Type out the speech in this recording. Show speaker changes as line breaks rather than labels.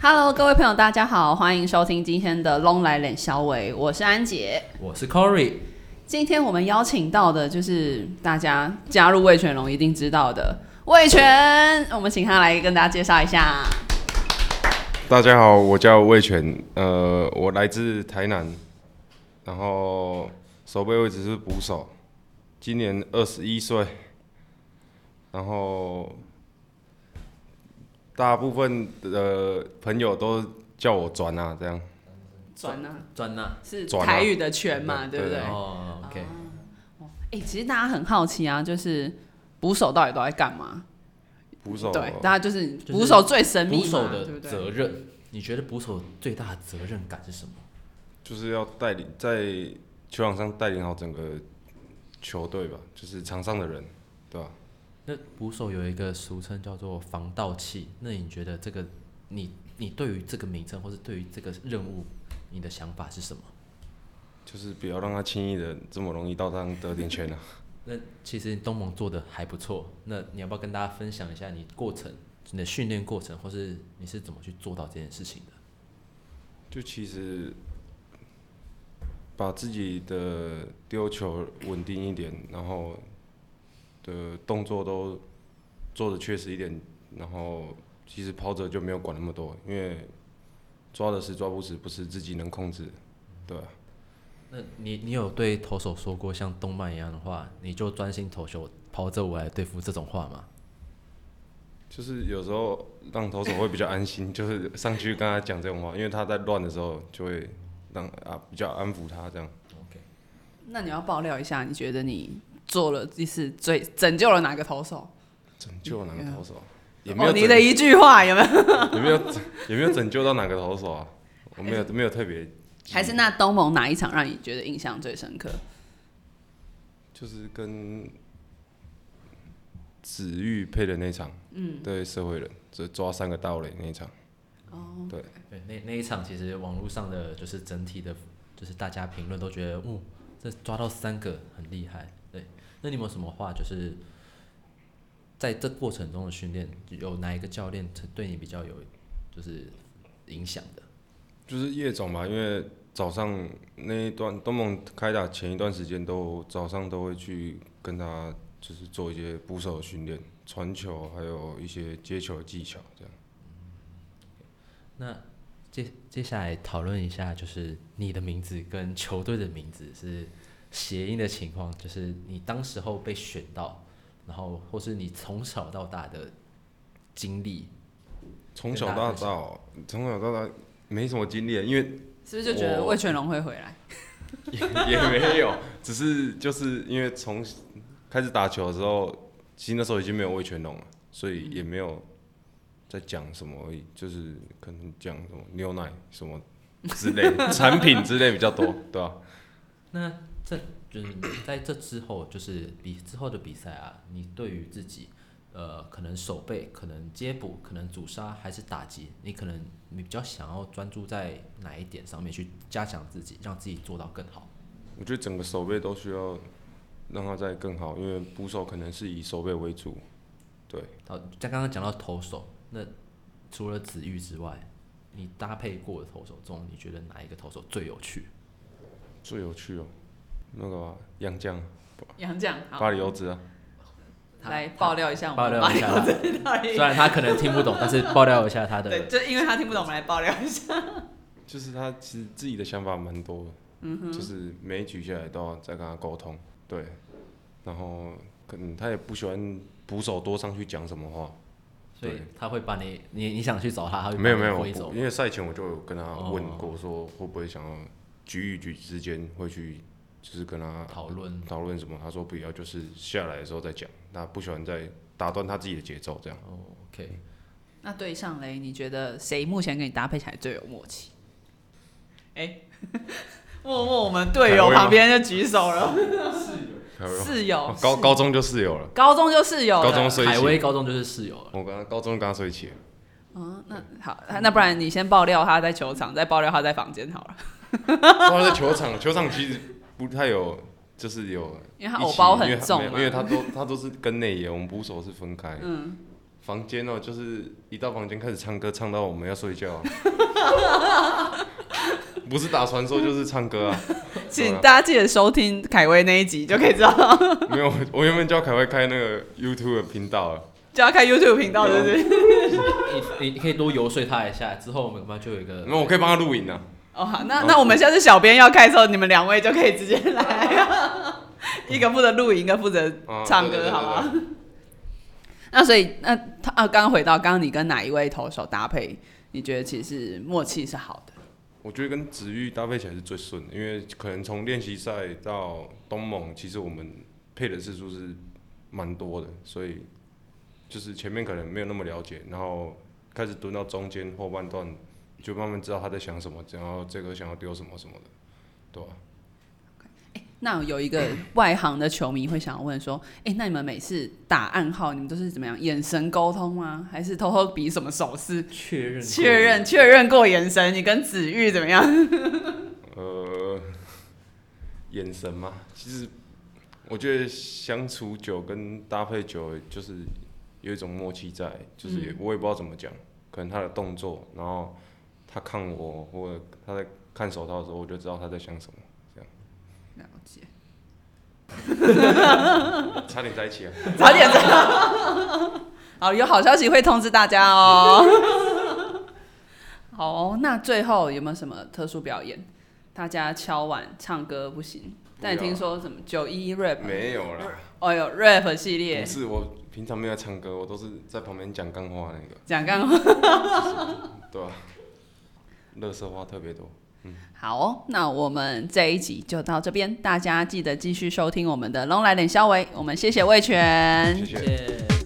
Hello，各位朋友，大家好，欢迎收听今天的《龙来脸小伟》，我是安杰。
我是 Corey，
今天我们邀请到的就是大家加入魏全龙一定知道的魏全，我们请他来跟大家介绍一下。
大家好，我叫魏全，呃，我来自台南，然后守备位置是捕手，今年二十一岁，然后大部分的朋友都叫我转啊，这样
转呢、
专呐。
是
转啊
台语的全嘛，对不对？
对
哎、
哦，OK，
其实大家很好奇啊，就是捕手到底都在干嘛？
捕手
对，大家就是
是
捕手最神秘嘛，
捕手
对不
的
对
责任，你觉得捕手最大的责任感是什么？
就是要带领在球场上带领好整个球队吧，就是场上的人，对吧、
那捕手有一个俗称叫做防盗器，那你觉得这个你你对于这个名称或是对于这个任务，你的想法是什么？
就是不要让他轻易的这么容易到上得点圈啊。
那其实东盟做的还不错，那你要不要跟大家分享一下你过程、你的训练过程，或是你是怎么去做到这件事情的？
就其实把自己的丢球稳定一点，然后的动作都做的确实一点，然后其实跑者就没有管那么多，因为抓的是抓不死，不是自己能控制的，对啊、
那你你有对投手说过像动漫一样的话，你就专心投球，抛着我来对付这种话吗？
就是有时候让投手会比较安心，就是上去跟他讲这种话，因为他在乱的时候就会让啊比较安抚他这样。
那你要爆料一下，你觉得你做了一次最拯救了哪个投手？
拯救哪个投手？也没有
哦，你
拯
的一句话有没有？
有没 有拯有没有拯救到哪个投手啊？我没有没有特别记忆，
还是那东盟哪一场让你觉得印象最深刻？
就是跟子玉配的那场，嗯，对社会人，这抓三个盗垒那一场，
哦
对，那那一场其实网络上的就是整体的，就是大家评论都觉得，哦，这抓到三个很厉害。对，那你有没有什么话就是在这过程中的训练，有哪一个教练对你比较有就是影响的？
就是夜总吧，因为早上那一段东盟开打前一段时间都早上都会去跟他就是做一些捕手的训练、传球，还有一些接球技巧这样。
那接接下来讨论一下，就是你的名字跟球队的名字是谐音的情况，就是你当时候被选到，然后或是你从小到大的经历，
从小到
跟大
大，哦从小到大没什么经历，因为
是不是就觉得
我
魏全龙会回来？
也没有，只是就是因为从开始打球的时候，其实那时候已经没有魏全龙了，所以也没有在讲什么而已，就是可能讲什么牛奶什么之类产品之类比较多，对吧、
那这就是在这之后，就是比之后的比赛啊，你对于自己，呃，可能守备，可能接捕，可能阻杀还是打击，你可能你比较想要专注在哪一点上面去加强自己，让自己做到更好。
我觉得整个守备都需要让它再更好，因为捕手可能是以守备为主，对。
好，在刚刚讲到投手，那除了子玉之外，你搭配过的投手中，你觉得哪一个投手最有趣？
最有趣哦，那个吧杨绛、
杨绛，好，
巴黎欧子啊，
他
来爆料一下我
爆
们
料一下
八
他
六，真到底
虽然他可能听不懂，但是爆料一下他
对，
的。
就因为他听不懂，我们来爆料一下。
就是他其实自己的想法蛮多的，就是每一局下来都要再跟他沟通，对，然后可能他也不喜欢捕手多上去讲什么话，
所以他会把你，你你想去找他，他会把
没有
你
没有，
挥走
我。因为赛前我就有跟他问
哦
过，说会不会想要局与局之间会去就是跟他
讨论
讨论什么，他说不要，就是下来的时候再讲，他不喜欢再打断他自己的节奏这样。
哦，OK，
那对上雷，你觉得谁目前跟你搭配起来最有默契？ 哎、 默默，我们队友
凯威吗
旁边就举手了，
还有
室友
哦，高高中就室友了，
高中就室友了，
高中睡一
海
起，
威高中就是室友了。
我跟他高中跟他睡一起了，
嗯，那好，那不然你先爆料他在球场，再爆料他在房间好了，
他在球场，球场其实不太有，就是有
因为他
一起
偶包
因为
很
他
重啊
没有
嘛
因为他都他都是跟内野，我们捕手是分开，嗯，房间哦、就是一到房间开始唱歌，唱到我们要睡觉啊、不是打传说就是唱歌啊。
请大家记得收听凯威那一集，就可以知道
没有，我原本叫凯威开那个 YouTube 的频道啊，
就要看 YouTube 频道，对不对？
你你你可以多游说他一下，之后我们班就有一个
那我可以帮他录影啊。
哦，好，那那我们下次小编要开的时候，你们两位就可以直接来， 一个负责录影，一个负责
啊
唱
对对
歌，
对
好吗
对？
那所以，那他啊，刚刚回到刚刚你跟哪一位投手搭配，你觉得其实默契是好的？
我觉得跟子玉搭配起来是最顺的，因为可能从练习赛到东盟，其实我们配的次数是蛮多的，所以就是前面可能没有那么了解，然后开始蹲到中间后半段，就慢慢知道他在想什么，然后这个想要丢什么什么的，对吧、
那有一个外行的球迷会想要问说，哎、那你们每次打暗号，你们都是怎么样眼神沟通吗？还是偷偷比什么手势？
确认过
确认确认过眼神，你跟子玉怎么样？
呃，眼神嘛，其实我觉得相处久跟搭配久，就是有一种默契在，就是也我也不知道怎么讲，可能他的动作，然后他看我或者他在看手套的时候，我就知道他在想什么，
了解，
差点在一起啊。
早点知道。 好，有好消息会通知大家哦。 好哦那最后有没有什么特殊表演？大家敲碗唱歌不行，但你
不要
听说什么九一 rap？
没有啦，
哦有 rap 系列
不是我平常没有在唱歌，我都是在旁边讲干话那个，
讲干话。
对吧、啊？乐色话特别多，
好哦，那我们这一集就到这边，大家记得继续收听我们的《龙来点肖维》，我们谢谢魏全，
谢谢。
谢谢